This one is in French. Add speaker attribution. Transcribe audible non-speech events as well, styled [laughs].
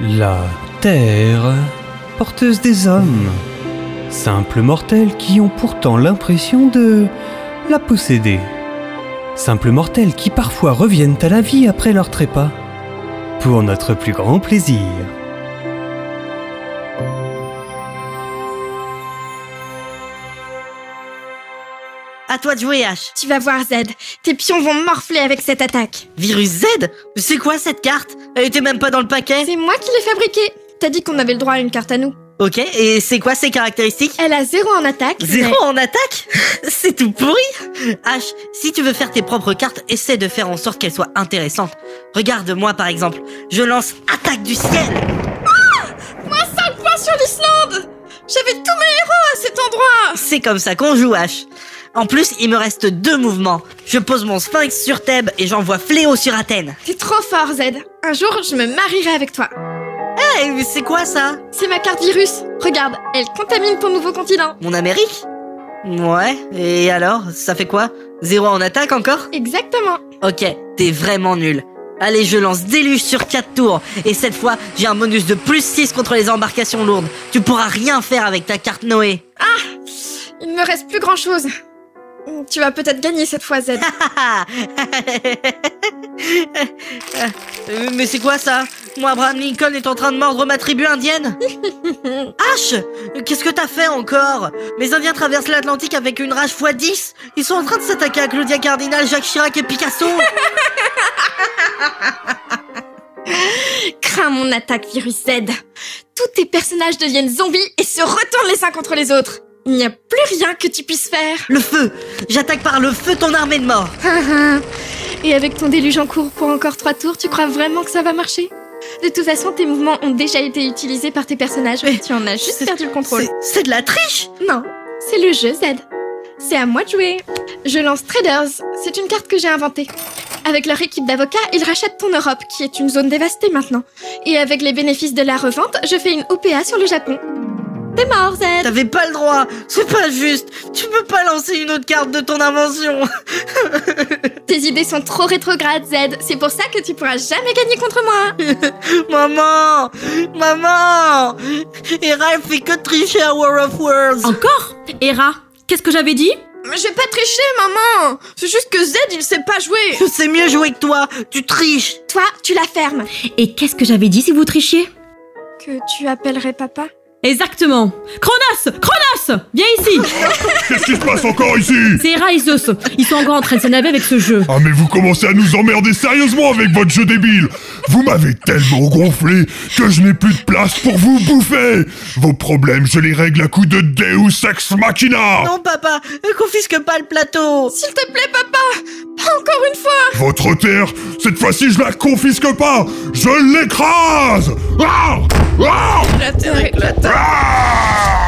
Speaker 1: La Terre, porteuse des hommes, simples mortels qui ont pourtant l'impression de la posséder. Simples mortels qui parfois reviennent à la vie après leur trépas, pour notre plus grand plaisir.
Speaker 2: À toi de jouer, H.
Speaker 3: Tu vas voir Z, tes pions vont morfler avec cette attaque.
Speaker 2: Virus Z C'est quoi cette carte Elle était même pas dans le paquet
Speaker 3: C'est moi qui l'ai fabriquée. T'as dit qu'on avait le droit à une carte à nous.
Speaker 2: Ok, et c'est quoi ses caractéristiques
Speaker 3: Elle a zéro en attaque.
Speaker 2: Zéro
Speaker 3: mais-
Speaker 2: en attaque [laughs] C'est tout pourri H, si tu veux faire tes propres cartes, essaie de faire en sorte qu'elles soient intéressantes. Regarde-moi par exemple, je lance Attaque du ciel
Speaker 3: Moins 5 points sur l'Islande J'avais tous mes héros à cet endroit
Speaker 2: C'est comme ça qu'on joue, H. En plus, il me reste deux mouvements. Je pose mon sphinx sur Thèbes et j'envoie Fléau sur Athènes.
Speaker 3: T'es trop fort, Z. Un jour, je me marierai avec toi.
Speaker 2: Eh, mais c'est quoi ça
Speaker 3: C'est ma carte virus. Regarde, elle contamine ton nouveau continent.
Speaker 2: Mon Amérique Ouais, et alors, ça fait quoi Zéro en attaque encore
Speaker 3: Exactement.
Speaker 2: Ok, t'es vraiment nul. Allez, je lance déluge sur 4 tours. Et cette fois, j'ai un bonus de plus 6 contre les embarcations lourdes. Tu pourras rien faire avec ta carte Noé.
Speaker 3: Il ne me reste plus grand chose. Tu vas peut-être gagner cette fois, Z.
Speaker 2: Ah Euh, Mais c'est quoi ça Moi, Abraham Lincoln est en train de mordre ma tribu indienne H Qu'est-ce que t'as fait encore Mes Indiens traversent l'Atlantique avec une rage x 10 Ils sont en train de s'attaquer à Claudia Cardinal, Jacques Chirac et Picasso
Speaker 3: Crains mon attaque virus Z. Tous tes personnages deviennent zombies et se retournent les uns contre les autres. Il n'y a plus rien que tu puisses faire.
Speaker 2: Le feu J'attaque par le feu ton armée de morts
Speaker 3: et avec ton déluge en cours pour encore trois tours, tu crois vraiment que ça va marcher De toute façon, tes mouvements ont déjà été utilisés par tes personnages.
Speaker 2: Mais
Speaker 3: tu en as juste
Speaker 2: c'est-
Speaker 3: perdu le contrôle.
Speaker 2: C'est- C'est de la triche
Speaker 3: Non, c'est le jeu Z. C'est à moi de jouer. Je lance Traders. C'est une carte que j'ai inventée. Avec leur équipe d'avocats, ils rachètent ton Europe, qui est une zone dévastée maintenant. Et avec les bénéfices de la revente, je fais une OPA sur le Japon. T'es mort, Z
Speaker 2: T'avais pas le droit, c'est pas juste. Tu peux pas lancer une autre carte de ton invention. [laughs]
Speaker 3: Tes idées sont trop rétrogrades, Z. C'est pour ça que tu pourras jamais gagner contre moi.
Speaker 2: Maman, maman. Et Ralph fait que tricher à War of Worlds.
Speaker 4: Encore Hera, qu'est-ce que j'avais dit
Speaker 3: Mais je vais pas tricher, maman C'est juste que Z, il sait pas jouer
Speaker 2: Je sais mieux jouer que toi, tu triches.
Speaker 3: Toi, tu la fermes.
Speaker 4: Et qu'est-ce que j'avais dit si vous trichiez
Speaker 3: Que tu appellerais papa
Speaker 4: Exactement Cronos Cronos Viens [laughs] ici
Speaker 5: Qu'est-ce qui se passe encore ici
Speaker 4: C'est Hera et Zeus. Ils sont encore en train de s'énerver avec ce jeu.
Speaker 5: Ah mais vous commencez à nous emmerder sérieusement avec votre jeu débile Vous m'avez tellement gonflé que je n'ai plus de place pour vous bouffer Vos problèmes, je les règle à coups de Deus Ex Machina
Speaker 2: Non papa, ne confisque pas le plateau.
Speaker 3: S'il te plaît, papa Pas encore une fois
Speaker 5: Votre terre, cette fois-ci je la confisque pas Je l'écrase Ah Ah
Speaker 3: La terre
Speaker 5: Ah